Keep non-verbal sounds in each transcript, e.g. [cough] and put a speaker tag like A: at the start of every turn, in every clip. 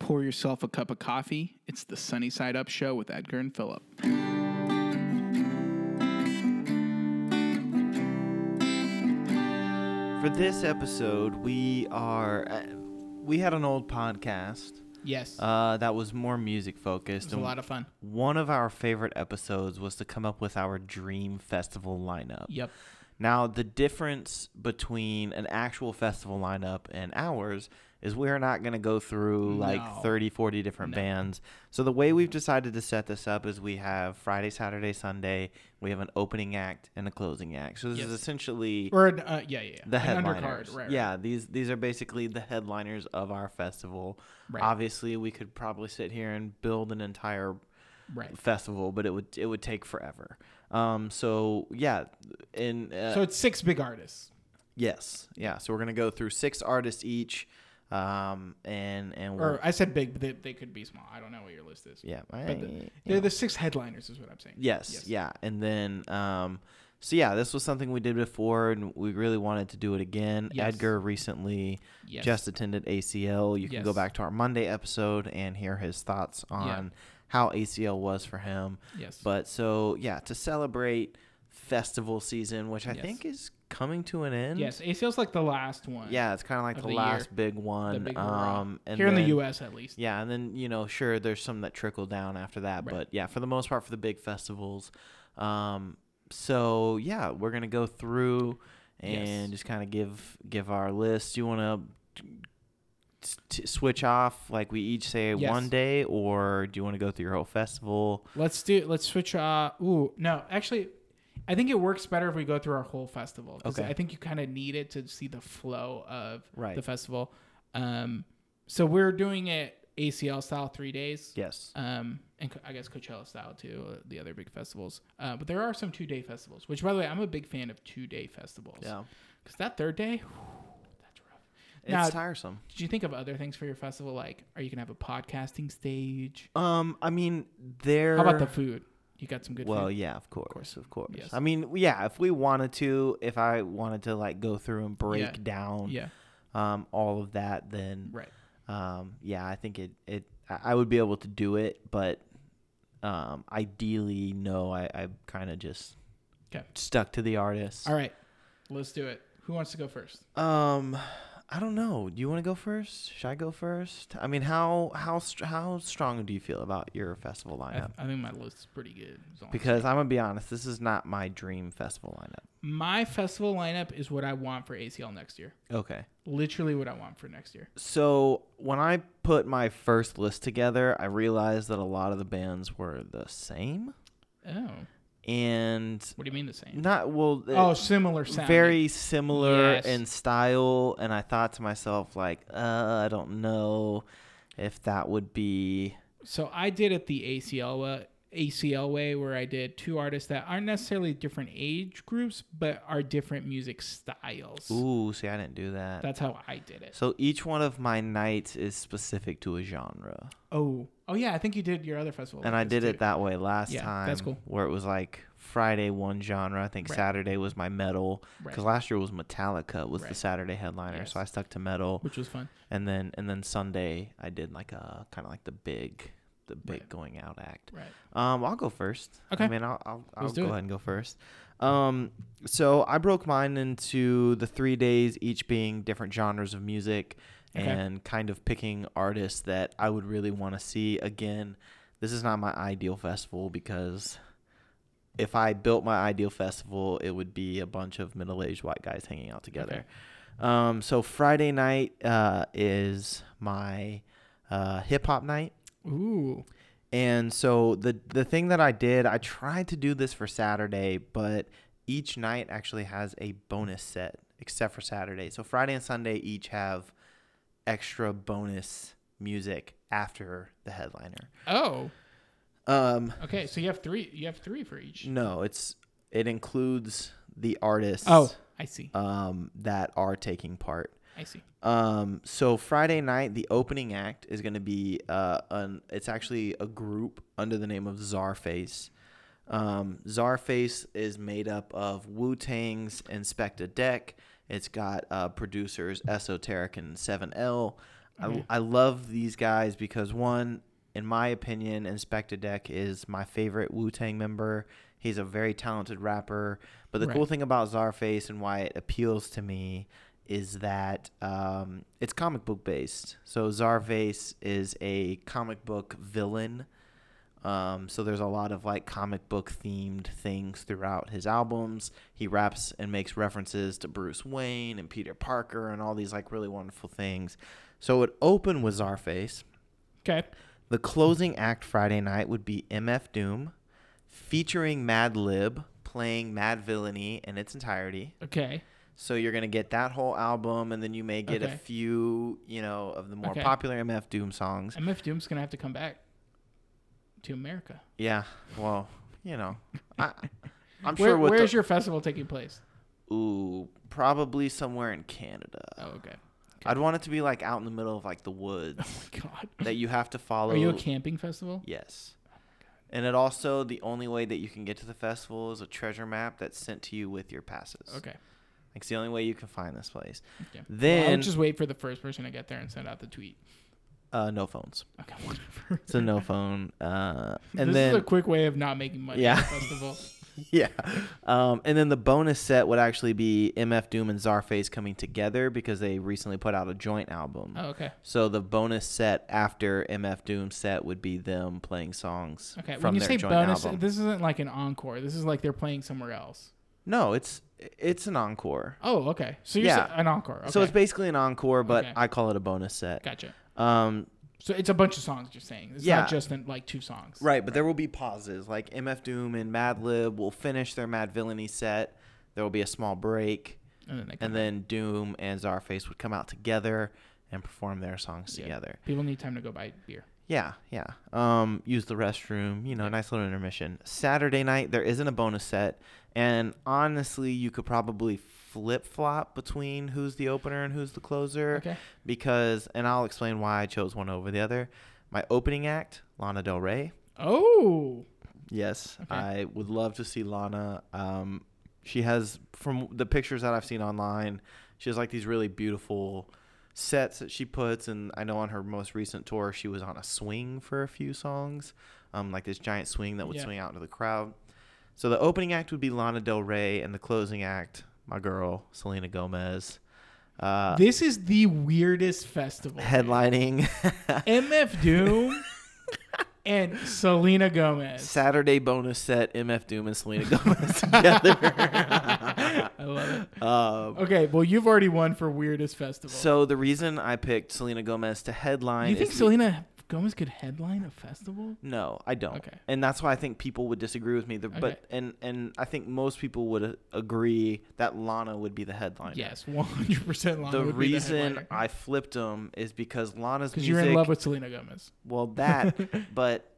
A: Pour yourself a cup of coffee. It's the Sunny Side Up Show with Edgar and Philip.
B: For this episode, we are uh, we had an old podcast
A: Yes.
B: uh, that was more music focused.
A: it was a lot of fun.
B: one of our favorite episodes was to come up with our dream festival lineup.
A: Yep.
B: Now, the difference between an actual festival lineup and ours is we're not going to go through
A: No.
B: like 30, 40 different bands. So, the way we've decided to set this up is we have Friday, Saturday, Sunday, we have an opening act and a closing act. So, this is
A: Yes.
B: essentially
A: Or, an, uh, yeah, yeah, yeah.
B: the
A: An
B: headliners.
A: undercard. Right,
B: yeah, these these are basically the headliners of our festival.
A: Right.
B: Obviously, we could probably sit here and build an entire
A: Right.
B: festival, but it would it would take forever. Um, so yeah, in uh,
A: So it's six big artists.
B: yes, yeah. So we're gonna go through six artists each, um, and and we'll,
A: Or I said big, but they, they could be small. I don't know what your list is.
B: yeah,
A: But the,
B: I-
A: they're the six headliners, is what I'm saying.
B: Yes, yeah. And then um so yeah, this was something we did before and we really wanted to do it again.
A: Yes.
B: Edgar recently
A: Yes.
B: just attended ACL. You can go
A: Yes.
B: back to our Monday episode and hear his thoughts on how ACL was for him.
A: Yes.
B: But so yeah, to celebrate festival season, which I
A: Yes.
B: think is coming to an end.
A: yes. ACL's like the last one.
B: Yeah, it's kind of like
A: Of
B: the,
A: the year.
B: last big one.
A: The big hurrah.
B: um and
A: Here in
B: then-
A: the U.S., at least.
B: yeah, and then you know, sure, there's some that trickle down after that,
A: Right.
B: but yeah, for the most part, for the big festivals. Um, so yeah, we're gonna go through and
A: Yes.
B: just kind of give give our list. You want to t- switch off, like we each say
A: Yes.
B: one day, or do you want to go through your whole festival?
A: Let's do. Let's switch. Uh, ooh, no, actually, I think it works better if we go through our whole festival. 'cause
B: Okay.
A: I think you kind of need it to see the flow of
B: Right.
A: the festival. Um, so we're doing it ACL style, three days.
B: Yes.
A: Um, and Co- I guess Coachella style too, uh, the other big festivals. Uh, but there are some two day festivals. Which, by the way, I'm a big fan of two day festivals.
B: Yeah,
A: Because that third day, whew, that's rough.
B: it's
A: Now-
B: tiresome.
A: Did you think of other things for your festival? Like, are you gonna have a podcasting stage?
B: Um, I mean, there.
A: How about the food? You got some good
B: Well,
A: food.
B: yeah, of course, of course.
A: Yes.
B: I mean, yeah, if we wanted to, if I wanted to like go through and break
A: Yeah.
B: down
A: Yeah.
B: um, all of that, then
A: Right.
B: um, yeah, I think it it I I would be able to do it, but um, ideally, no, I, I kind of just
A: Okay.
B: stuck to the artist.
A: All right, let's do it. Who wants to go first?
B: Um, I don't know. Do you want to go first? Should I go first? I mean, how how str- how strong do you feel about your festival
A: I,
B: lineup?
A: I think my list is pretty good. It's all-
B: Because I'm gonna be honest, this is not my dream festival lineup.
A: my festival lineup is what I want for ACL next year.
B: Okay.
A: Literally what I want for next year.
B: So when I put my first list together, I realized that a lot of the bands were the same,
A: Oh,
B: and
A: what do you mean the same?
B: not well. uh,
A: oh, similar sound.
B: very similar
A: Yes.
B: in style, and I thought to myself like, uh, I don't know if that would be
A: So I did it the ACL wa- ACL way, where I did two artists that aren't necessarily different age groups, but are different music styles.
B: ooh. See, I didn't do that.
A: That's how I did it.
B: so each one of my nights is specific to a genre,
A: Oh, oh yeah, I think you did your other festival.
B: and I did it that way last
A: Oh, Yeah,
B: time.
A: that's cool.
B: Where it was like Friday one genre. I think
A: Right.
B: Saturday was my metal
A: Right.
B: because last year was Metallica was the
A: Right.
B: Saturday headliner,
A: Yes.
B: so I stuck to metal,
A: which was fun.
B: and then and then Sunday I did like a kind of like the big the big
A: Right.
B: going out act.
A: Right.
B: Um, I'll go first. I
A: Okay.
B: mean, I'll I'll, I'll
A: Let's do
B: go
A: it.
B: ahead and go first. Um, so I broke mine into the three days, each being different genres of music,
A: Okay.
B: and kind of picking artists that I would really want to see. Again, this is not my ideal festival because if I built my ideal festival, it would be a bunch of middle-aged white guys hanging out together. Um, so Friday night uh, is my uh, hip hop night.
A: Ooh.
B: And so the the thing that I did, I tried to do this for Saturday, but each night actually has a bonus set except for Saturday. So Friday and Sunday each have extra bonus music after the headliner.
A: Oh.
B: Um
A: Okay, so you have three. You have three for each.
B: no, it's it includes the artists
A: Oh, I see.
B: um that are taking part.
A: I see.
B: Um, so Friday night, the opening act is going to be uh, an, it's actually a group under the name of Czarface. Um, Czarface is made up of Wu Tang's Inspect a Deck. It's got uh, producers Esoteric and 7L.
A: Yeah.
B: I, I love these guys because one, in my opinion, Inspector Deck is my favorite Wu Tang member. He's a very talented rapper. But the cool
A: Right.
B: thing about Zarface and why it appeals to me is that um, it's comic book based. So Zarface is a comic book villain. Um, so there's a lot of like comic book themed things throughout his albums. He raps and makes references to Bruce Wayne and Peter Parker and all these like really wonderful things. So it opened with Zarface.
A: Okay.
B: The closing act Friday night would be MF Doom, featuring Mad Lib playing Mad Villainy in its entirety.
A: Okay.
B: So you're gonna get that whole album, and then you may get
A: Okay.
B: a few, you know, of the more
A: Okay.
B: popular MF Doom songs.
A: MF Doom's gonna have to come back to America.
B: Yeah, well, you know, I, I'm
A: Where,
B: sure. with
A: where's
B: the-
A: your festival taking place?
B: Ooh, probably somewhere in Canada.
A: Oh, okay. [laughs]
B: I'd want it to be like out in the middle of like the woods
A: Oh my God.
B: that you have to follow.
A: Are you a camping festival?
B: Yes. And it also the only way that you can get to the festival is a treasure map that's sent to you with your passes.
A: Okay.
B: It's the only way you can find this place.
A: okay. I'll
B: Then
A: just wait for the first person to get there and send out the tweet.
B: uh, no phones.
A: Okay, [laughs] whatever.
B: It's
A: [laughs]
B: a no phone. Uh, and
A: this
B: then [laughs]
A: is a quick way of not making money
B: Yeah.
A: at
B: [laughs]
A: the festival.
B: yeah. Um, and then the bonus set would actually be MF Doom and Zarface coming together because they recently put out a joint album.
A: Oh, okay.
B: So the bonus set after MF Doom set would be them playing songs
A: Okay.
B: from
A: when you
B: their
A: say
B: joint
A: bonus,
B: album.
A: this isn't like an encore. This is like they're playing somewhere else.
B: no, it's it's an encore.
A: Oh, okay. So you're
B: Yeah.
A: sa- an encore. Okay.
B: So it's basically an encore, but
A: Okay.
B: I call it a bonus set.
A: gotcha.
B: Um,
A: So it's a bunch of songs. You're saying it's
B: Yeah.
A: not just in, like two songs.
B: right, but there will be pauses. Like MF Doom and Mad Lib will finish their Mad Villainy set. There will be a small break,
A: And then, they come
B: and then Doom and Zarface would come out together and perform their songs
A: Yeah.
B: together.
A: people need time to go buy beer.
B: Yeah, yeah. Um, use the restroom. You know, nice little intermission. Saturday night there isn't a bonus set, and honestly, you could probably flip flop between who's the opener and who's the closer.
A: Okay.
B: because, and I'll explain why I chose one over the other. My opening act, Lana Del Rey.
A: Oh.
B: Yes,
A: Okay.
B: I would love to see Lana. Um, she has, from the pictures that I've seen online, she has like these really beautiful sets that she puts. And I know on her most recent tour, she was on a swing for a few songs, um, like this giant swing that would
A: Yeah.
B: swing out into the crowd. So the opening act would be Lana Del Rey, and the closing act, my girl, Selena Gomez. Uh,
A: this is the weirdest
B: [laughs]
A: festival.
B: headlining
A: MF Doom and Selena Gomez.
B: [laughs] Saturday bonus set MF Doom and Selena
A: [laughs]
B: Gomez [laughs] together.
A: I love it.
B: um,
A: Okay, well, you've already won for weirdest festival.
B: so the reason I picked Selena Gomez to headline
A: you think
B: is
A: Selena Gomez could headline a festival?
B: no, I don't.
A: Okay.
B: And that's why I think people would disagree with me. The,
A: Okay.
B: But and and I think most people would uh, agree that Lana would be the headline.
A: Yes, one hundred percent.
B: The reason I flipped them is because Lana's
A: because
B: music.
A: you're in love with Selena Gomez.
B: [laughs]
A: [laughs]
B: well, that, but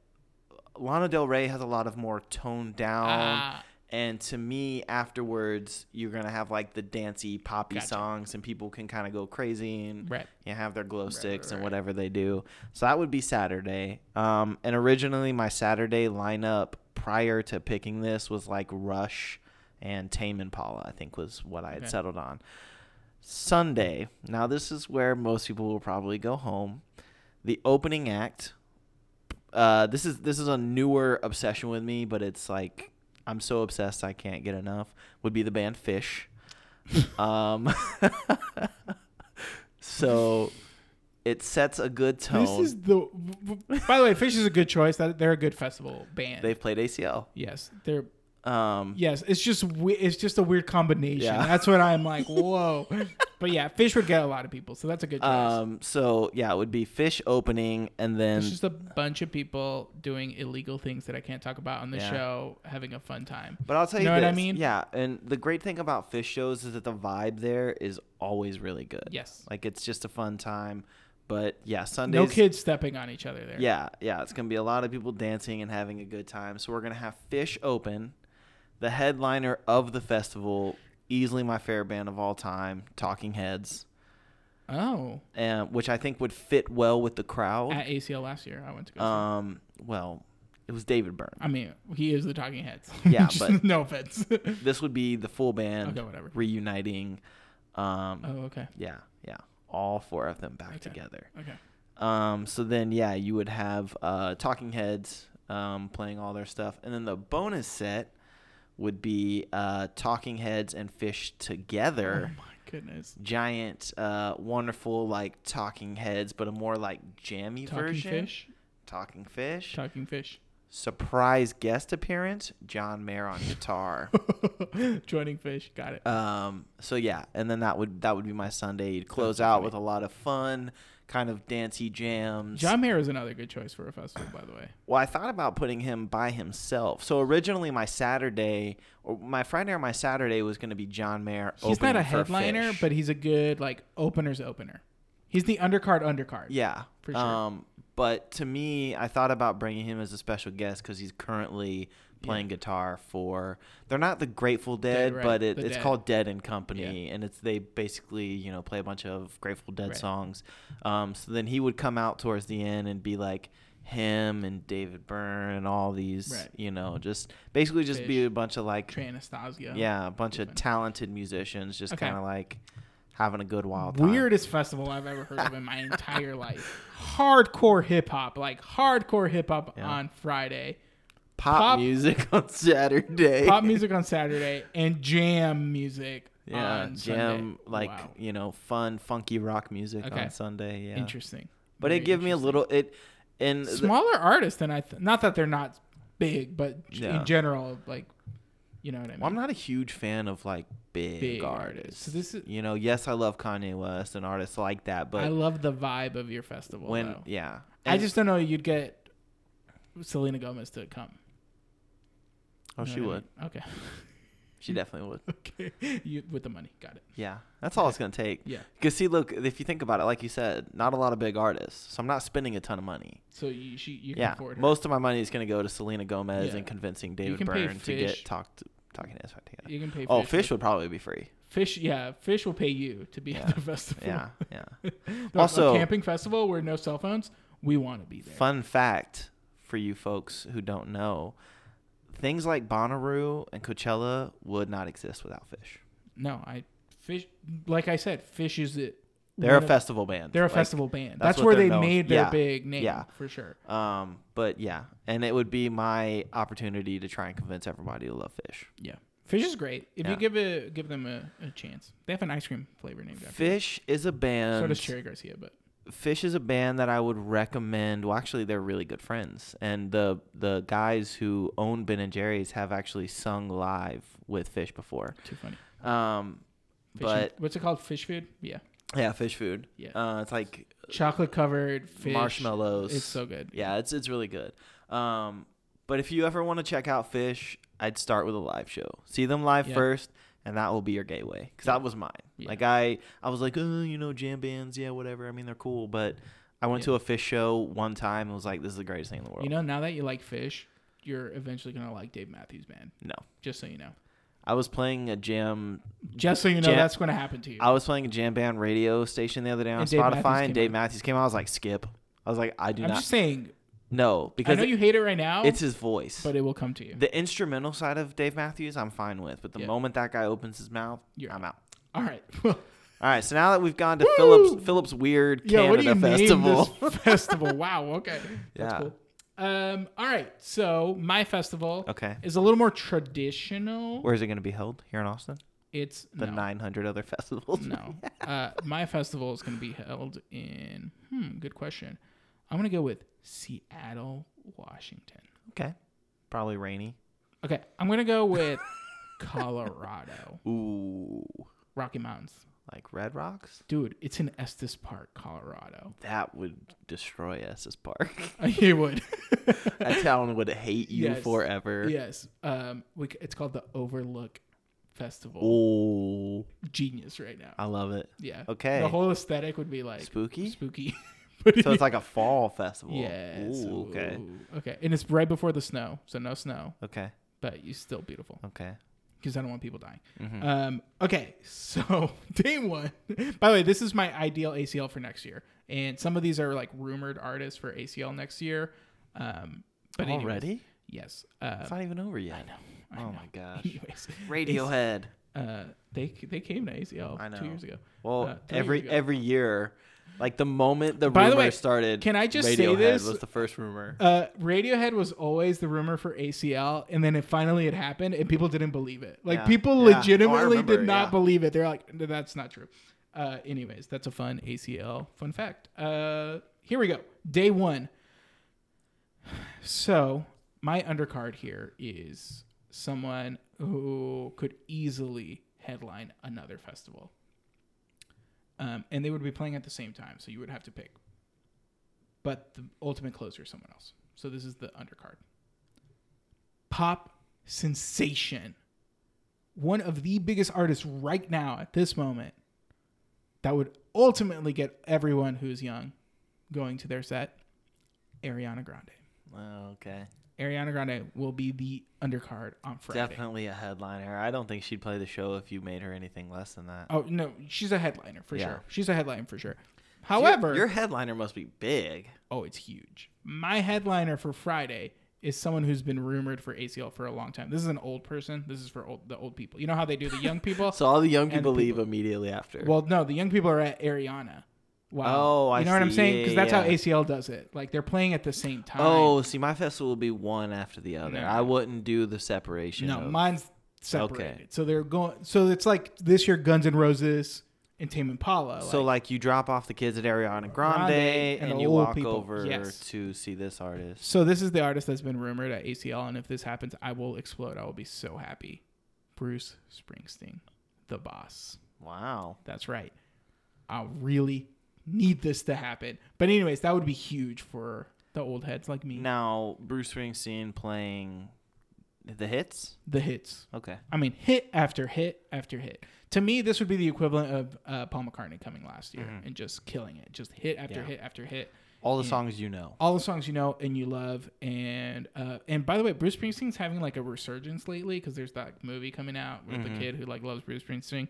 B: Lana Del Rey has a lot of more toned down.
A: Ah,
B: And to me, afterwards, you're gonna have like the dancey, poppy
A: Gotcha.
B: songs, and people can kind of go crazy and
A: right.
B: you have their glow sticks
A: right,
B: and
A: right.
B: whatever they do. So that would be Saturday. Um, and originally, my Saturday lineup prior to picking this was like Rush and Tame Impala. I think was what I had
A: Okay.
B: settled on. Sunday. Now this is where most people will probably go home. The opening act. Uh, this is this is a newer obsession with me, but it's like I'm so obsessed I can't get enough. Would be the band
A: [laughs]
B: Fish. um, [laughs] so it sets a good tone.
A: This is the. By the way, Fish is a good choice. That they're a good festival band.
B: They've played ACL.
A: yes, they're
B: Um,
A: yes. It's just we, it's just a weird combination.
B: Yeah.
A: That's what I'm
B: [laughs]
A: like. Whoa, but yeah, Fish would get a lot of people, so that's a good choice.
B: um, so yeah, it would be Fish opening, and then
A: It's just a bunch of people doing illegal things that I can't talk about on the
B: Yeah.
A: show, having a fun time.
B: But I'll tell you
A: Know what I
B: this,
A: mean?
B: Yeah, and the great thing about fish shows is that the vibe there is always really good.
A: Yes.
B: Like it's just a fun time. But yeah, Sundays.
A: No kids stepping on each other there.
B: Yeah, yeah, it's gonna be a lot of people dancing and having a good time. So we're gonna have Fish open, the headliner of the festival, easily my favorite band of all time, Talking Heads,
A: Oh,
B: and which I think would fit well with the crowd.
A: at ACL last year, I went to go. see him.
B: Um, well, it was
A: [laughs]
B: David Byrne.
A: I mean, he is the Talking Heads.
B: [laughs] Yeah,
A: [laughs] Just
B: but-
A: no offense. okay,
B: This would be the full band
A: whatever.
B: reuniting. Um,
A: Oh, okay.
B: Yeah, yeah. all four of them back
A: Okay.
B: together.
A: Okay.
B: Um, so then, yeah, you would have uh, Talking Heads um, playing all their stuff, and then the bonus set would be uh, Talking Heads and Fish together.
A: Oh my goodness.
B: Giant, uh, wonderful like Talking Heads, but a more like jammy
A: Talking
B: version.
A: fish.
B: Talking Fish.
A: Talking [laughs] fish.
B: Surprise guest appearance: John Mayer on
A: [laughs]
B: guitar.
A: Joining fish. Got it.
B: Um, so yeah, and then that would that would be my Sunday. You'd close
A: so
B: out
A: funny.
B: with a lot of fun, kind of dancey jams.
A: John Mayer is another good choice for a festival, by the way.
B: Well, I thought about putting him by himself. So originally, my Saturday or my Friday or my Saturday was going to be John Mayer.
A: He's not
B: opening
A: a
B: for
A: headliner,
B: Phish.
A: but he's a good like opener's opener. He's the undercard undercard.
B: yeah,
A: For sure.
B: Um, but to me, I thought about bringing him as a special guest because he's currently playing guitar for. They're not the Grateful Dead,
A: Dead, right,
B: but it,
A: the
B: it's
A: Dead.
B: called Dead and Company, and it's they basically you know play a bunch of Grateful Dead
A: Right.
B: songs. Um, so then he would come out towards the end and be like him and David Byrne and all these,
A: Right.
B: you know, just basically just be
A: Fish.
B: a bunch of like
A: Trey Anastasia.
B: yeah, a bunch of
A: Fun.
B: talented musicians just
A: Okay.
B: kind of like having a good wild time.
A: Weirdest festival I've ever heard of in my entire life. Hardcore hip hop, like hardcore hip hop
B: Yeah.
A: on Friday,
B: pop,
A: pop-
B: music [laughs] on Saturday.
A: pop music on Saturday, and jam music
B: Yeah,
A: on Sunday.
B: jam like
A: Wow.
B: you know fun funky rock music
A: Okay.
B: on Sunday. Yeah,
A: interesting.
B: but
A: Very
B: it gave me a
A: interesting.
B: little it and the-
A: smaller artists than I. Th- not that they're not big, but j-
B: Yeah.
A: in general, like you know what I mean.
B: well, I'm not a huge fan of like big,
A: Big
B: artists.
A: artists. So this is-
B: you know yes I love Kanye West and artists like that,
A: I
B: but
A: love the vibe of your festival.
B: when
A: though.
B: yeah
A: I
B: And-
A: just don't know you'd get Selena Gomez to come.
B: oh
A: You know
B: she
A: what I
B: would
A: mean? Okay. [laughs]
B: she definitely would
A: okay. You with the money. Got it.
B: yeah that's all it's gonna take
A: Yeah.
B: because see look if you think about it like you said not a lot of big artists so I'm not spending a ton of money.
A: So you she you can
B: yeah,
A: afford her.
B: most of my money is going to go to Selena Gomez
A: Yeah.
B: and convincing David
A: can pay
B: Byrne to
A: Fish.
B: get talked talking to us right together.
A: you can pay.
B: Oh,
A: Fish
B: Fish
A: will-
B: would probably be free.
A: Fish. Yeah. Fish will pay you to be
B: Yeah.
A: at the [laughs] festival.
B: Yeah, yeah.
A: Like
B: Also-
A: a camping festival where no cell phones. We want to be there.
B: Fun fact for you folks who don't know, things like Bonnaroo and Coachella would not exist without Fish.
A: No, I fish. Like I said, fish is it.
B: They're
A: one
B: a
A: of-
B: festival band.
A: They're a
B: Like,
A: festival band.
B: that's
A: That's,
B: what
A: where
B: they're
A: they
B: known-
A: made their
B: yeah,
A: big name
B: yeah.
A: for sure.
B: Um, but yeah, and it would be my opportunity to try and convince everybody to love Fish.
A: Yeah, fish is great. If
B: Yeah.
A: you give a give them a, a chance, they have an ice cream flavor named after. them.
B: Fish is a band.
A: So does Cherry Garcia, but
B: Fish is a band that I would recommend. Well, actually, they're really good friends, and the the guys who own Ben and Jerry's have actually sung live with Fish before.
A: too funny.
B: Um,
A: Fish
B: but
A: what's it called? Fish food? Yeah,
B: yeah, fish food.
A: Yeah.
B: uh, it's like
A: chocolate covered fish
B: marshmallows.
A: It's so good.
B: yeah, it's it's really good. Um, but if you ever want to check out Fish, I'd start with a live show. See them live
A: Yeah.
B: first, and that will be your gateway. Because that was mine.
A: Yeah.
B: Like I, I was like, oh, you know, jam bands, yeah, whatever. I mean, they're cool, but I went
A: Yeah.
B: to a Fish show one time and was like, this is the greatest thing in the world.
A: You know, now that you like fish, you're eventually gonna like Dave Matthews Band.
B: no,
A: Just so you know.
B: I was playing a jam.
A: Just so you know,
B: Jan-
A: that's gonna happen to you.
B: I was playing a jam band radio station the other day on
A: And Dave
B: Spotify,
A: Matthews
B: and
A: came
B: Dave
A: on.
B: Matthews came out. I was like, skip. I was like, I do
A: I'm
B: not.
A: just saying.
B: no,
A: I
B: because
A: know you hate it right now,
B: it's his voice.
A: but it will come to you.
B: The instrumental side of Dave Matthews, I'm fine with, but the
A: Yeah.
B: moment that guy opens his mouth,
A: You're
B: I'm out.
A: All right. [laughs] Well,
B: All right, so now that we've gone to
A: Woo!
B: Phillips Phillips Weird
A: yeah. What do you
B: Canada Festival,
A: [laughs] name this festival? wow. Okay. That's
B: Yeah.
A: cool. Um. All right. So my festival
B: okay,
A: is a little more traditional.
B: where is it going to be held? Here in Austin,
A: it's
B: the
A: no,
B: 900 other [laughs] festivals.
A: no. Uh, my festival is going to be held in. Hmm. Good question. I'm going to go with Seattle, Washington.
B: okay, probably rainy.
A: Okay. I'm going to go
B: [laughs]
A: with Colorado,
B: Ooh,
A: Rocky Mountains.
B: like Red Rocks.
A: Dude, it's in Estes Park,
B: [laughs]
A: Colorado. [laughs]
B: That would destroy Estes Park.
A: it would.
B: that town would hate you
A: Yes.
B: forever.
A: Yes. Um, we, c- it's called the Overlook Festival.
B: Ooh,
A: Genius right now.
B: I love it.
A: Yeah.
B: Okay.
A: The whole aesthetic would be like
B: Spooky.
A: spooky. [laughs] but
B: So it's like a fall festival.
A: yeah.
B: Ooh, okay.
A: Okay. And it's right before the snow, so no snow,
B: Okay.
A: but you still beautiful
B: Okay.
A: because I don't want people dying.
B: Mhm.
A: Um, okay. [laughs] So day one. By the way, this is my ideal ACL for next year, and some of these are like rumored artists for ACL next year. Um, but anyways,
B: already?
A: yes. Uh, [laughs]
B: It's not even over yet.
A: I [laughs]
B: oh
A: know.
B: my gosh.
A: Anyways,
B: Radiohead.
A: uh, they they came to ACL
B: I know.
A: two years ago.
B: Well,
A: Uh, three
B: every
A: years ago.
B: every year, like the moment the
A: By the
B: rumor
A: way,
B: started,
A: can I just say
B: Radiohead
A: this?
B: was the first rumor.
A: Uh, Radiohead was always the rumor for ACL, and then it finally it happened, and people didn't believe it. Like
B: Yeah.
A: people
B: Yeah. Oh, I
A: legitimately did
B: remember,
A: not
B: yeah.
A: believe it. They're like, "No, that's not true. Uh, anyways, that's a fun ACL fun fact. Uh, here we go. Day one. So my undercard here is someone who could easily headline another festival. Um, and they would be playing at the same time, so you would have to pick. But the ultimate closer is someone else. So this is the undercard. Pop sensation. One of the biggest artists right now at this moment that would ultimately get everyone who's young going to their set Ariana Grande.
B: Oh, okay,
A: Ariana Grande will be the undercard on Friday.
B: definitely a headliner. I don't think she'd play the show if you made her anything less than that.
A: Oh no, she's a headliner for
B: Yeah.
A: sure. She's a headliner for sure.
B: Your-
A: Oh, However,
B: your, headliner must be big.
A: oh, it's huge. My headliner for Friday is someone who's been rumored for ACL for a long time. This is an old person. This is for old, the old people. You know how they do the young
B: [laughs]
A: people?
B: So all the young
A: the
B: people leave
A: people.
B: immediately after.
A: well, no, the young people are at Ariana. Wow.
B: Oh, I
A: You know what I'm
B: see.
A: saying? Because
B: Yeah,
A: that's
B: yeah.
A: how ACL does it. Like they're playing at the same time.
B: oh, see, my festival will be one after the other.
A: No.
B: I wouldn't do the separation.
A: no,
B: of-
A: mine's
B: Okay.
A: separated. So they're going. So it's like this year, Guns N' Roses and Tame Impala.
B: so like you drop off the kids at Ariana Grande,
A: Grande and
B: and,
A: the
B: you
A: old
B: walk
A: people.
B: over
A: Yes.
B: to see this artist.
A: So this is the artist that's been rumored at ACL, and if this happens, I will explode. I will be so happy. Bruce Springsteen, the boss.
B: Wow.
A: That's right. I really need this to happen. But anyways, that would be huge for the old heads like me.
B: Now Bruce Springsteen playing the hits.
A: The hits.
B: Okay.
A: I mean, hit after hit after hit. To me, this would be the equivalent of uh, Paul McCartney coming last year and just killing it. Just hit after
B: Mm-hmm. Yeah.
A: hit after hit.
B: All the songs you know.
A: all the songs you know and you love and uh and by the way bruce springsteen's having like a resurgence lately because there's that movie coming out with
B: Mm-hmm.
A: the kid who like loves bruce springsteen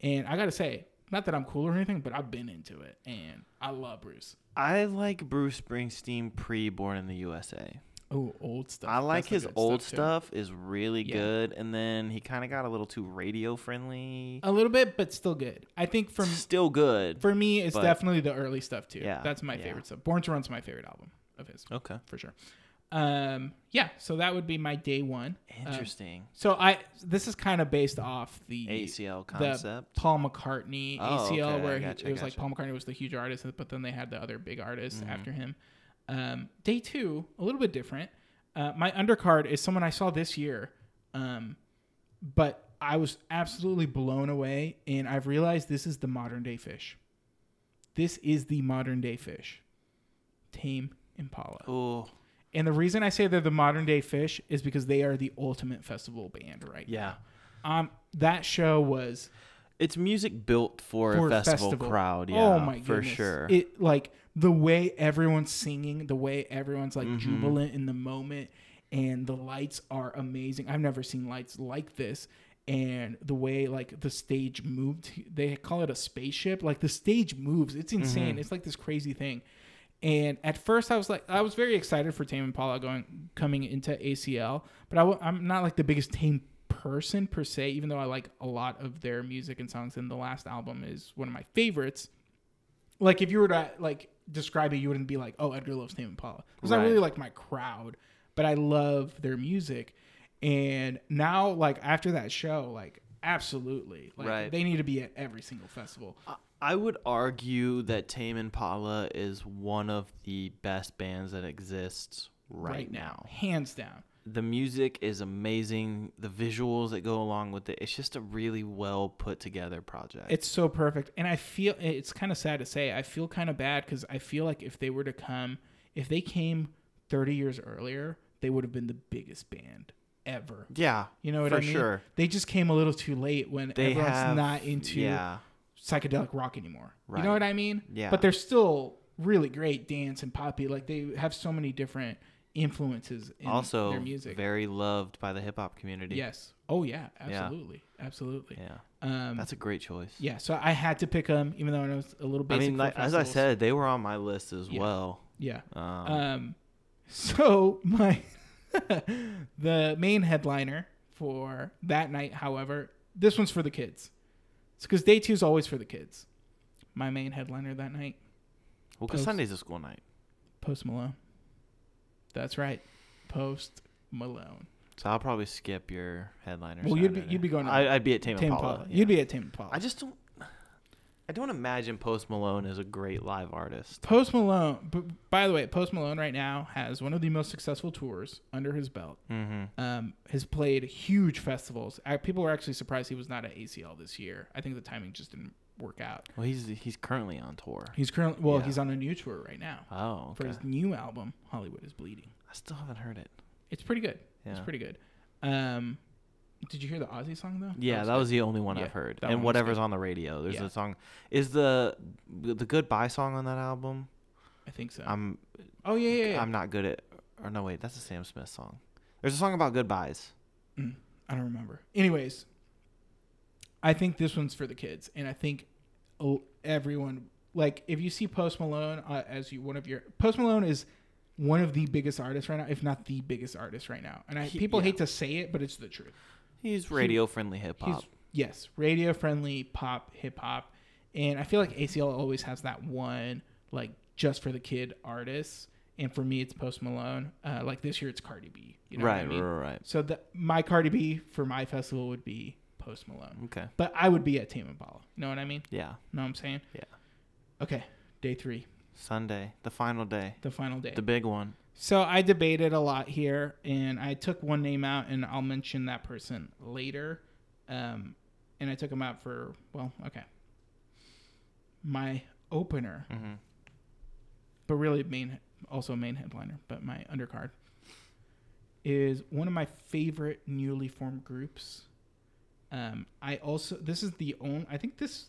A: and i gotta say not that i'm cool or anything but i've been into it and i love bruce
B: I like Bruce Springsteen pre Born in the USA.
A: oh old stuff
B: I like
A: That's the
B: his
A: good
B: old
A: too.
B: stuff, is really
A: Yeah.
B: good and then he kind of got a little too radio friendly.
A: a little bit but still good i think Uh, from
B: Still good.
A: for me it's
B: But-
A: definitely the early stuff too
B: Yeah,
A: that's my
B: yeah.
A: favorite stuff born to run's my favorite album of his
B: okay.
A: for sure um yeah so that would be my day one Um,
B: Interesting.
A: So I this is kind of based off the
B: ACL
A: the
B: concept.
A: Paul McCartney
B: Oh,
A: ACL
B: okay, I
A: where he,
B: gotcha,
A: it was like
B: gotcha. Mm-hmm.
A: Paul McCartney was the huge artist, but then they had the other big artists after him. Um, day two, a little bit different. Uh, my undercard is someone I saw this year, um, but I was absolutely blown away, and I've realized this is the modern day fish. This is the modern day fish, Tame Impala.
B: Oh,
A: And the reason I say they're the modern day fish is because they are the ultimate festival band right
B: yeah.
A: now. Um, that show was
B: It's music built for,
A: for
B: a festival, crowd, yeah.
A: oh my goodness,
B: for sure.
A: It like the way everyone's singing, the way everyone's
B: Mm-hmm.
A: like jubilant in the moment, and the lights are amazing. I've never seen lights like this. And the way like the stage moved, they call it a spaceship. Like the stage moves, it's
B: Mm-hmm.
A: insane. It's like this crazy thing. And at first, I was like, I was very excited for Tame Impala going coming into ACL, but I w- I'm not like the biggest Tame person per se. Even though I like a lot of their music and songs, and the last album is one of my favorites. Like if you were to like describe it, you wouldn't be like, "Oh, Edgar loves Tame Impala," because I
B: Right.
A: really like my crowd, but I love their music. And now, like after that show, like absolutely, like
B: Right.
A: they need to be at every single festival.
B: I- I would argue that Tame Impala is one of the best bands that exists right, now.
A: hands down.
B: The music is amazing. The visuals that go along with it. It's just a really well put together project.
A: It's so perfect. And I feel it's kind of sad to say. I feel kind of bad because I feel like if they were to come, if they came 30 years earlier, they would have been the biggest band ever.
B: yeah,
A: You know what
B: for
A: I mean?
B: sure.
A: They just came a little too late when
B: They
A: everyone's
B: have
A: not into
B: yeah.
A: psychedelic rock anymore. You
B: Right.
A: know what I mean?
B: Yeah.
A: But they're still really great dance and poppy. Like they have so many different influences in
B: Also,
A: their music.
B: very loved by the hip hop community.
A: yes. Oh yeah,
B: Yeah.
A: absolutely. Absolutely.
B: yeah,
A: Um
B: that's a great choice.
A: yeah, so I had to pick them, even though I know it's a little
B: I
A: basic.
B: mean,
A: for
B: like, as I
A: festivals.
B: said, they were on my list as
A: Yeah.
B: well.
A: yeah.
B: Um,
A: Um, so [laughs] my the main headliner for that night, however, This one's for the kids. It's because day two is always for the kids. My main headliner that night,
B: Well, because
A: Post.
B: Sunday's a school night,
A: Post Malone. That's right, Post Malone.
B: so I'll probably skip your headliner.
A: Well, you'd be-
B: Saturday.
A: you'd be going to-
B: I, I'd be at Tame,
A: Tame
B: Impala.
A: Impala.
B: yeah.
A: You'd be at Tame Impala.
B: I just don't. I don't imagine Post Malone as a great live artist.
A: Post Malone. b- By the way, Post Malone right now has one of the most successful tours under his belt.
B: Mm-hmm.
A: um, has played huge festivals. Uh, people were actually surprised he was not at ACL this year. I think the timing just didn't work out.
B: Well, he's he's currently on tour.
A: He's currently well,
B: Yeah.
A: he's on a new tour right now
B: Oh,
A: for
B: okay.
A: his new album, Hollywood is Bleeding.
B: I still haven't heard it.
A: It's pretty good.
B: Yeah,
A: It's pretty good. Um, did you hear the Ozzy song though?
B: yeah, that
A: good.
B: was the only one
A: Yeah,
B: I've heard.
A: that one
B: And
A: was
B: whatever's
A: good.
B: on the radio, there's
A: Yeah.
B: a song. Is the the goodbye song on that album?
A: I think so.
B: I'm
A: oh yeah, yeah. yeah.
B: I'm not good at. Or no, wait, that's a Sam Smith song. There's a song about goodbyes.
A: Mm, I don't remember. Anyways, I think this one's for the kids, and I think oh, everyone like if you see Post Malone uh, as you one of your Post Malone is one of the biggest artists right now, if not the biggest artist right now. And I,
B: He-
A: people
B: yeah.
A: hate to say it, but it's the truth.
B: He's radio friendly hip hop.
A: He's yes, radio friendly pop, hip hop, and I feel like ACL always has that one like just for the kid artist. And for me, it's Post Malone. Uh, like this year, it's Cardi B. You know what
B: right,
A: I mean?
B: right, right.
A: So the, my Cardi B for my festival would be Post Malone,
B: Okay.
A: but I would be at Tame Impala. You know what I mean?
B: Yeah.
A: Know what I'm saying?
B: Yeah.
A: Okay, day three,
B: Sunday, the final day,
A: the final day.
B: the big one.
A: so I debated a lot here, and I took one name out, and I'll mention that person later. Um, and I took him out for well, okay. My opener,
B: hmm
A: but really main, also main headliner, but my undercard is one of my favorite newly formed groups. Um, I also this is the only I think this.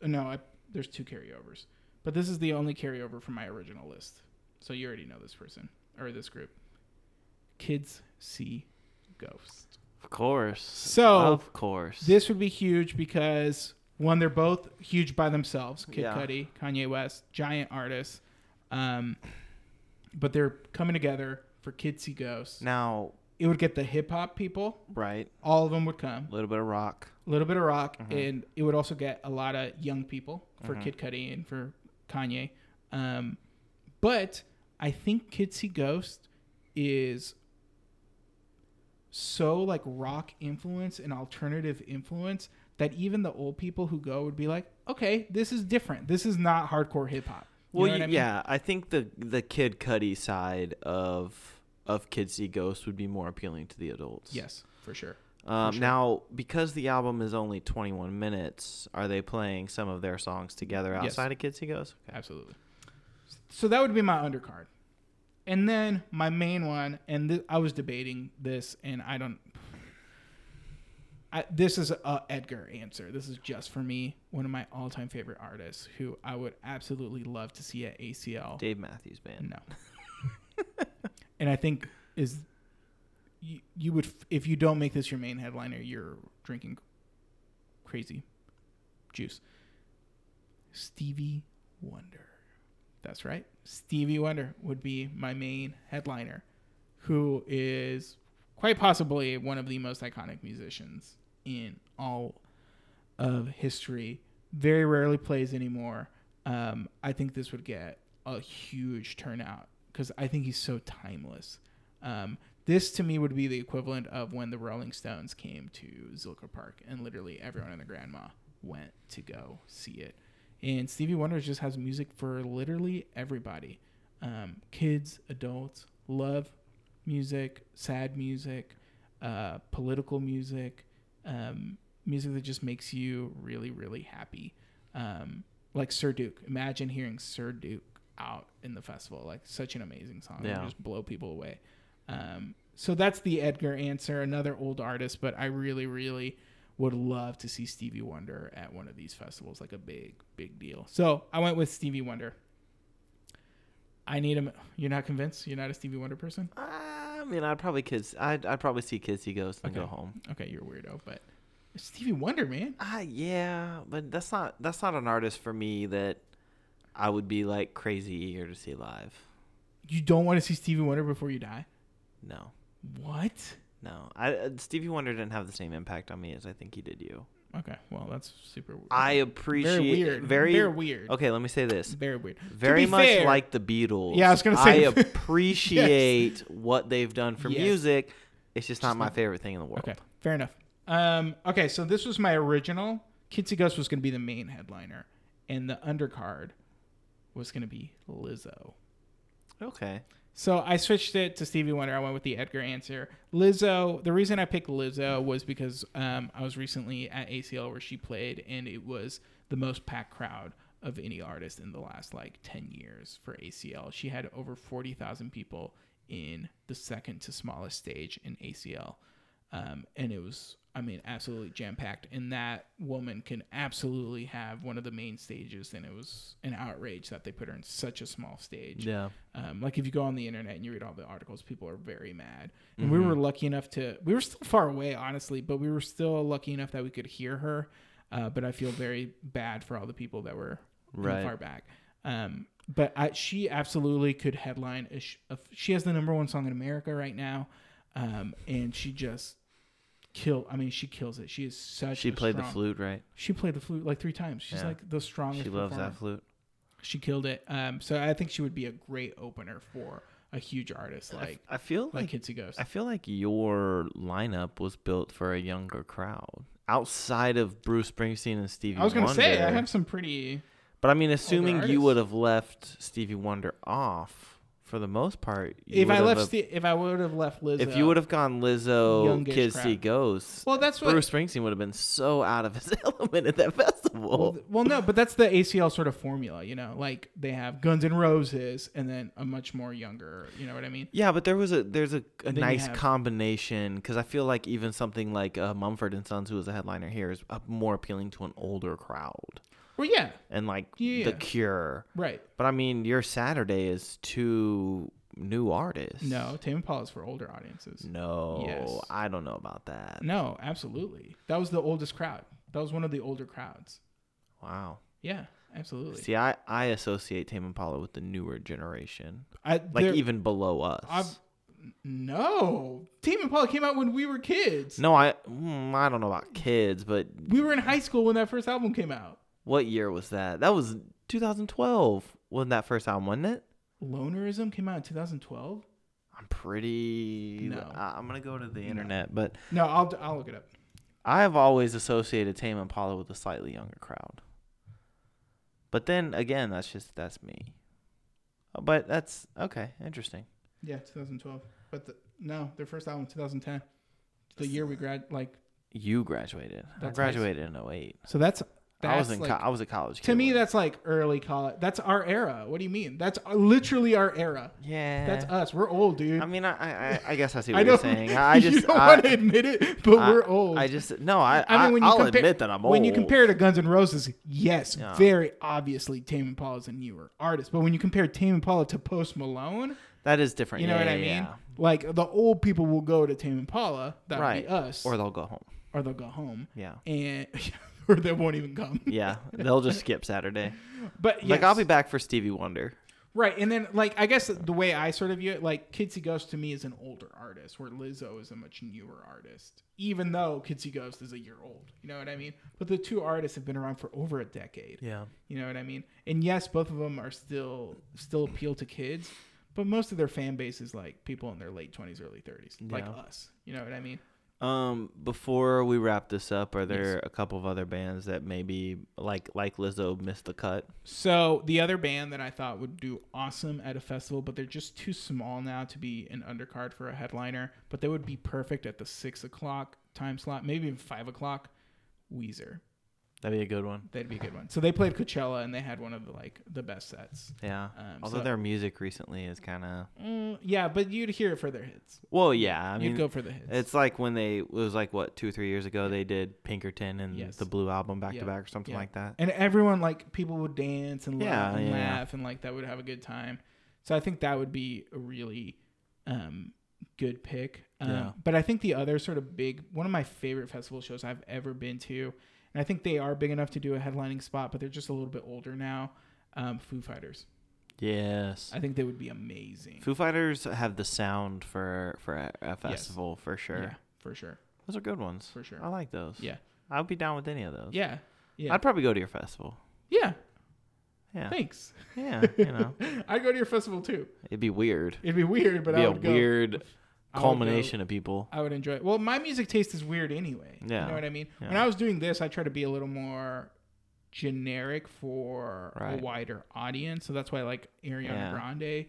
A: No, I, there's two carryovers, but this is the only carryover from my original list. So you already know this person or this group. Kids see ghosts.
B: Of course.
A: So,
B: of course.
A: This would be huge because one, they're both huge by themselves. Kid
B: Yeah.
A: Cudi, Kanye West, giant artists, um, but they're coming together for Kids See Ghosts.
B: now,
A: It would get the hip hop people.
B: right,
A: All of them would come.
B: a little bit of rock.
A: A little bit of rock,
B: Mhm.
A: and it would also get a lot of young people for
B: Mhm.
A: Kid Cudi and for Kanye. Um, but I think Kids See Ghost is so like rock influence and alternative influence that even the old people who go would be like, okay, this is different. This is not hardcore hip hop. You
B: Well,
A: know what
B: y-
A: I mean?
B: yeah, I think the the Kid Cudi side of of Kid See Ghost would be more appealing to the adults.
A: Yes, for sure.
B: Um,
A: for sure.
B: Now, because the album is only 21 minutes, are they playing some of their songs together
A: Yes.
B: outside of Kid See Ghost? Okay.
A: Absolutely. So that would be my undercard. And then my main one, and th- I was debating this, and I don't. I, this is a Edgar answer. This is just for me. One of my all-time favorite artists, who I would absolutely love to see at ACL.
B: Dave Matthews Band.
A: No. [laughs] and I think is you, you would f- if you don't make this your main headliner, you're drinking crazy juice. Stevie Wonder. That's right. Stevie Wonder would be my main headliner, who is quite possibly one of the most iconic musicians in all of history. Very rarely plays anymore. Um, I think this would get a huge turnout because I think he's so timeless. Um, this to me would be the equivalent of when the Rolling Stones came to Zilker Park and literally everyone and the grandma went to go see it. And Stevie Wonder just has music for literally everybody um, kids, adults, love music, sad music, uh, political music, um, music that just makes you really, really happy. Um, like Sir Duke. Imagine hearing Sir Duke out in the festival. Like such an amazing song. It would
B: Yeah.
A: just blow people away. Um, so that's the Edgar answer, another old artist, but I really, really would love to see Stevie Wonder at one of these festivals, like a big, big deal. So I went with Stevie Wonder. I need him. You're not convinced? You're not a Stevie Wonder person?
B: I mean, I'd probably kids. I'd, I'd probably see Kid See Ghost and
A: Okay.
B: go home.
A: Okay, you're a weirdo, but Stevie Wonder, man.
B: Ah, yeah, but that's not that's not an artist for me that I would be like crazy eager to see live.
A: You don't want to see Stevie Wonder before you die?
B: No,
A: What?
B: No, I uh, Stevie Wonder didn't have the same impact on me as I think he did you.
A: Okay, well that's super. weird.
B: I appreciate
A: very weird.
B: Very,
A: very weird.
B: Okay, let me say this.
A: Very weird. To
B: Very
A: be
B: much
A: fair-
B: like the Beatles.
A: Yeah, I was gonna say- [laughs]
B: I appreciate what they've done for
A: Yes.
B: music. It's just not my favorite thing in the world.
A: Okay, fair enough. Um, okay, so this was my original. Kitsy Ghost was going to be the main headliner, and the undercard was going to be Lizzo.
B: Okay.
A: So I switched it to Stevie Wonder. I went with the Edgar answer. Lizzo. The reason I picked Lizzo was because um, I was recently at ACL where she played, and it was the most packed crowd of any artist in the last like ten years for ACL. She had over forty thousand people in the second to smallest stage in ACL, um, and it was I mean absolutely jam packed. And that woman can absolutely have one of the main stages, and it was an outrage that they put her in such a small stage.
B: Yeah.
A: Um, like if you go on the internet and you read all the articles, people are very mad. And we
B: Mm-hmm.
A: were lucky enough to we were still far away, honestly, but we were still lucky enough that we could hear her. Uh, but I feel very bad for all the people that were in the
B: Right.
A: far back. Um, but I, she absolutely could headline. A sh- a, she has the number one song in America right now, um, and she just kill. I mean, she kills it. She is such.
B: She
A: a
B: played the
A: strong-
B: flute, right?
A: She played the flute like three times. She's
B: Yeah.
A: like the strongest.
B: She loves
A: performer.
B: that flute.
A: She killed it. Um, so I think she would be a great opener for a huge artist
B: I f-
A: like
B: I, feel
A: like
B: like
A: Kitsy Ghost.
B: I feel like your lineup was built for a younger crowd. Outside of Bruce Springsteen and Stevie
A: I was gonna
B: Wonder,
A: say I have some pretty.
B: but I mean, assuming
A: artists.
B: you would have left Stevie Wonder off for the most part, you
A: If I
B: would've
A: left,
B: a-
A: Ste if I would have left Lizzo,
B: if you would have gone Lizzo,
A: Youngish
B: Kids See
A: crowd.
B: Ghosts,
A: well, that's what.
B: Bruce Springsteen would have been so out of his [laughs] element at that
A: well,
B: festival.
A: th- well, no, but that's the ACL sort of formula, you know. Like they have Guns N' Roses, and then a much more younger. You know what I mean?
B: yeah, but there was a there's a, a
A: Then you
B: nice
A: have-
B: combination because I feel like even something like uh, Mumford and Sons, who was a headliner here, is uh, more appealing to an older crowd
A: Well, yeah,
B: and like
A: Yeah.
B: The Cure.
A: right.
B: But I mean, your Saturday is two new artists.
A: No, Tame Impala is for older audiences.
B: No,
A: Yes.
B: I don't know about that.
A: No, absolutely. That was the oldest crowd. That was one of the older crowds.
B: Wow.
A: Yeah, absolutely.
B: See, I, I associate Tame Impala with the newer generation,
A: I,
B: like
A: there-
B: even below us.
A: I've- No, Tame Impala came out when we were kids.
B: No, I mm, I don't know about kids, but
A: We were in high school when that first album came out.
B: what year was that? That was 2012 when that first album, wasn't it?
A: Lonerism came out in 2012.
B: I'm pretty.
A: No.
B: I, I'm gonna go to the internet, but
A: No, I'll I'll look it up.
B: I have always associated Tame Impala with a slightly younger crowd. But then again, that's just that's me. Uh, But that's okay, interesting.
A: Yeah, 2012. But the, no, their first album 2010. The year we grad like
B: You graduated. I
A: That's nice.
B: graduated in 08.
A: so that's that's
B: I was in
A: like,
B: co- I was a college.
A: to
B: kid
A: me
B: when-
A: that's like early college. That's our era. What do you mean? That's uh, literally our era.
B: yeah.
A: That's us. We're old, dude.
B: I mean, I I, I- I
A: [laughs]
B: guess I see
A: I
B: what you're
A: don't-
B: saying. I
A: you
B: just
A: don't
B: I,
A: want to admit it, but
B: I-
A: we're old.
B: I just no. I
A: I mean, when you
B: I'll
A: compare,
B: admit that I'm old.
A: When you compare to Guns N' Roses, yes,
B: Yeah.
A: very obviously Tame Impala is a newer artist. But when you compare Tame Impala to Post Malone,
B: that is different.
A: you know
B: Yeah,
A: what I
B: yeah,
A: mean?
B: yeah.
A: Like the old people will go to Tame Impala, that would
B: Right.
A: be us,
B: Or
A: or,
B: they'll go home.
A: they'll go home, [laughs]
B: Yeah.
A: and or they won't even come.
B: Yeah. They'll just skip Saturday.
A: [laughs] But yes.
B: Like I'll be back for Stevie Wonder.
A: right. And then like I guess the way I sort of view it, like Kitsy Ghost to me is an older artist, where Lizzo is a much newer artist. Even though Kitsy Ghost is a year old, you know what I mean? But the two artists have been around for over a decade.
B: Yeah.
A: You know what I mean? And yes, both of them are still still appeal to kids, but most of their fan base is like people in their late twenties, early thirties, like
B: Yeah.
A: us. You know what I mean?
B: Um, before we wrap this up, are there a couple of other bands that maybe like like Lizzo missed the cut?
A: So the other band that I thought would do awesome at a festival, but they're just too small now to be an undercard for a headliner, but they would be perfect at the six o'clock time slot, maybe even five o'clock. Weezer,
B: That'd be a good one.
A: that'd be a good one. So they played Coachella and they had one of the, like the best sets.
B: Yeah.
A: Um,
B: Although
A: so-
B: their music recently is kind of
A: Mm, yeah, but you'd hear it for their hits.
B: well, yeah. I mean,
A: you'd go for the hits.
B: it's like when they it was like what two three years ago they did Pinkerton and
A: Yes.
B: the Blue album back
A: Yeah.
B: to back or something
A: Yeah.
B: like that.
A: and everyone like people would dance and laugh
B: Yeah,
A: and
B: yeah, yeah.
A: laugh and like that would have a good time so i think that would be a really um good pick um,
B: Yeah.
A: but i think the other sort of big one of my favorite festival shows i've ever been to and i think they are big enough to do a headlining spot but they're just a little bit older now um foo fighters
B: Yes.
A: I think they would be amazing.
B: Foo Fighters have the sound for for a, a festival for sure.
A: Yeah, for sure.
B: Those are good ones.
A: For sure.
B: I like those.
A: Yeah.
B: I would be down with any of those.
A: Yeah. Yeah.
B: I'd probably go to your festival.
A: yeah.
B: Yeah.
A: Thanks.
B: Yeah, [laughs]
A: [laughs]
B: you know.
A: I'd go to your festival too.
B: It'd be weird.
A: It'd be weird, but
B: It'd be
A: I
B: a
A: would go.
B: weird
A: I would go-
B: culmination of people.
A: I would enjoy it. Well, my music taste is weird anyway.
B: Yeah.
A: You know what I mean? When
B: Yeah.
A: I was doing this, I try to be a little more generic for
B: Right.
A: a wider audience. So that's why like Ariana
B: Yeah.
A: Grande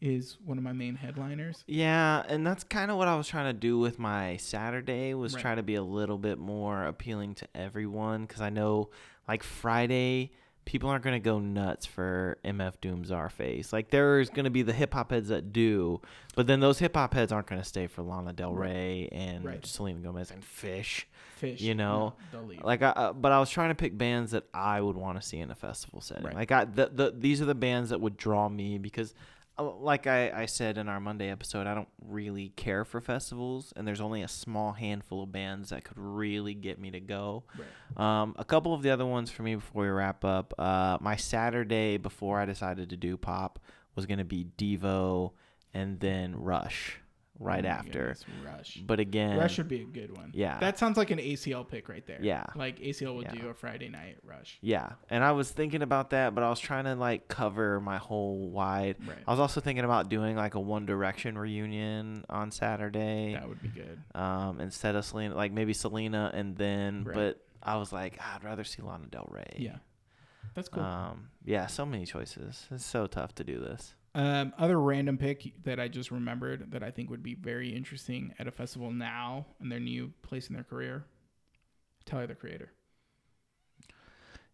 A: is one of my main headliners.
B: Yeah, and that's kind of what I was trying to do with my Saturday was
A: Right.
B: try to be a little bit more appealing to everyone cuz I know like Friday people aren't going to go nuts for MF Doom's our face. Like there's going to be the hip hop heads that do, but then those hip hop heads aren't going to stay for Lana Del
A: Right.
B: Rey and
A: Right.
B: Selena Gomez and Fish.
A: Fish.
B: You know,
A: no, they'll leave.
B: Like I uh, but I was trying to pick bands that I would want to see in a festival setting.
A: Right.
B: Like I the, the these are the bands that would draw me because uh, like I, I said in our Monday episode, I don't really care for festivals and there's only a small handful of bands that could really get me to go.
A: Right.
B: Um, a couple of the other ones for me before we wrap up. Uh, my Saturday before I decided to do pop was going to be Devo and then Rush right
A: Oh my
B: after.
A: goodness, Rush.
B: But again,
A: Rush would be a good one.
B: yeah.
A: That sounds like an ACL pick right there.
B: Yeah.
A: Like ACL would
B: Yeah.
A: do a Friday night Rush.
B: Yeah, and I was thinking about that, but I was trying to like cover my whole wide.
A: Right.
B: I was also thinking about doing like a One Direction reunion on Saturday,
A: That would be good.
B: um, instead of Selena, like maybe Selena, and then.
A: Right.
B: But I was like, "Ah, I'd rather see Lana Del Rey.
A: Yeah. That's cool.
B: Um, yeah, so many choices. It's so tough to do this.
A: Um, other random pick that I just remembered that I think would be very interesting at a festival now and their new place in their career. Tyler the Creator. I'd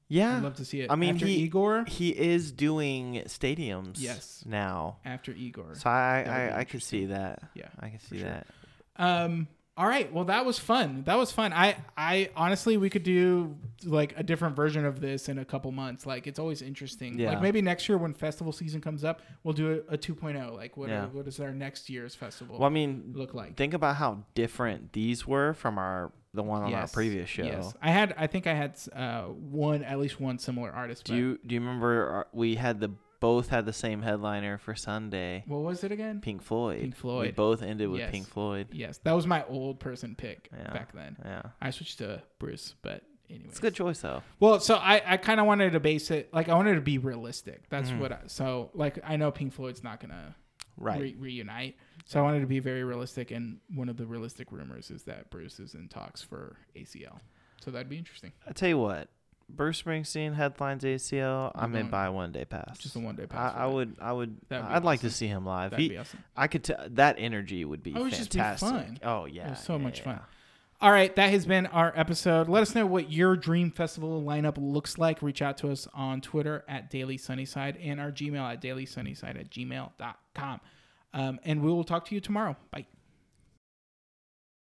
B: Yeah,
A: love to see it.
B: I mean,
A: after
B: he-
A: Igor,
B: he is doing stadiums.
A: Yes.
B: Now,
A: after Igor.
B: so I
A: That would be
B: I, I could see that.
A: Yeah,
B: I could see
A: sure.
B: that.
A: Um, all right. Well, that was fun. That was fun. I, I honestly, we could do like a different version of this in a couple months. Like it's always interesting.
B: Yeah.
A: Like maybe next year when festival season comes up, we'll do a, a 2.0. Like what,
B: Yeah.
A: what is our next year's festival
B: Well, I mean,
A: look like?
B: think about how different these were from our the one on our previous show.
A: I had I think I had uh, one at least one similar artist.
B: Do
A: but-
B: you do you remember our, we had the both had the same headliner for Sunday?
A: what was it again?
B: Pink Floyd.
A: Pink
B: We
A: Floyd.
B: both ended with
A: Yes.
B: Pink Floyd.
A: Yes, that was my old person pick
B: Yeah.
A: back then.
B: Yeah,
A: I switched to Bruce, but anyway.
B: it's a good choice though.
A: Well, so I, I kind of wanted to base it like I wanted to be realistic. That's
B: Mm.
A: what I, so like I know Pink Floyd's not gonna
B: Right.
A: re- reunite, so I wanted to be very realistic. And one of the realistic rumors is that Bruce is in talks for ACL, so that'd be interesting.
B: I tell you what, Bruce Springsteen headlines ACL. I may
A: going-
B: buy one day pass.
A: Mm-hmm. Just a one day pass.
B: I, I
A: for that.
B: would. I would. I'd
A: That'd be
B: like to
A: awesome.
B: see him live.
A: That'd
B: He-
A: be awesome.
B: I could tell that energy would be
A: Oh, it would just be
B: fantastic.
A: fun.
B: Oh yeah,
A: It was so
B: yeah,
A: much
B: yeah,
A: fun.
B: yeah.
A: All right, that has been our episode. Let us know what your dream festival lineup looks like. Reach out to us on Twitter at Daily Sunnyside and our Gmail at dailysunnyside at gmail.com. Um, and we will talk to you tomorrow. Bye.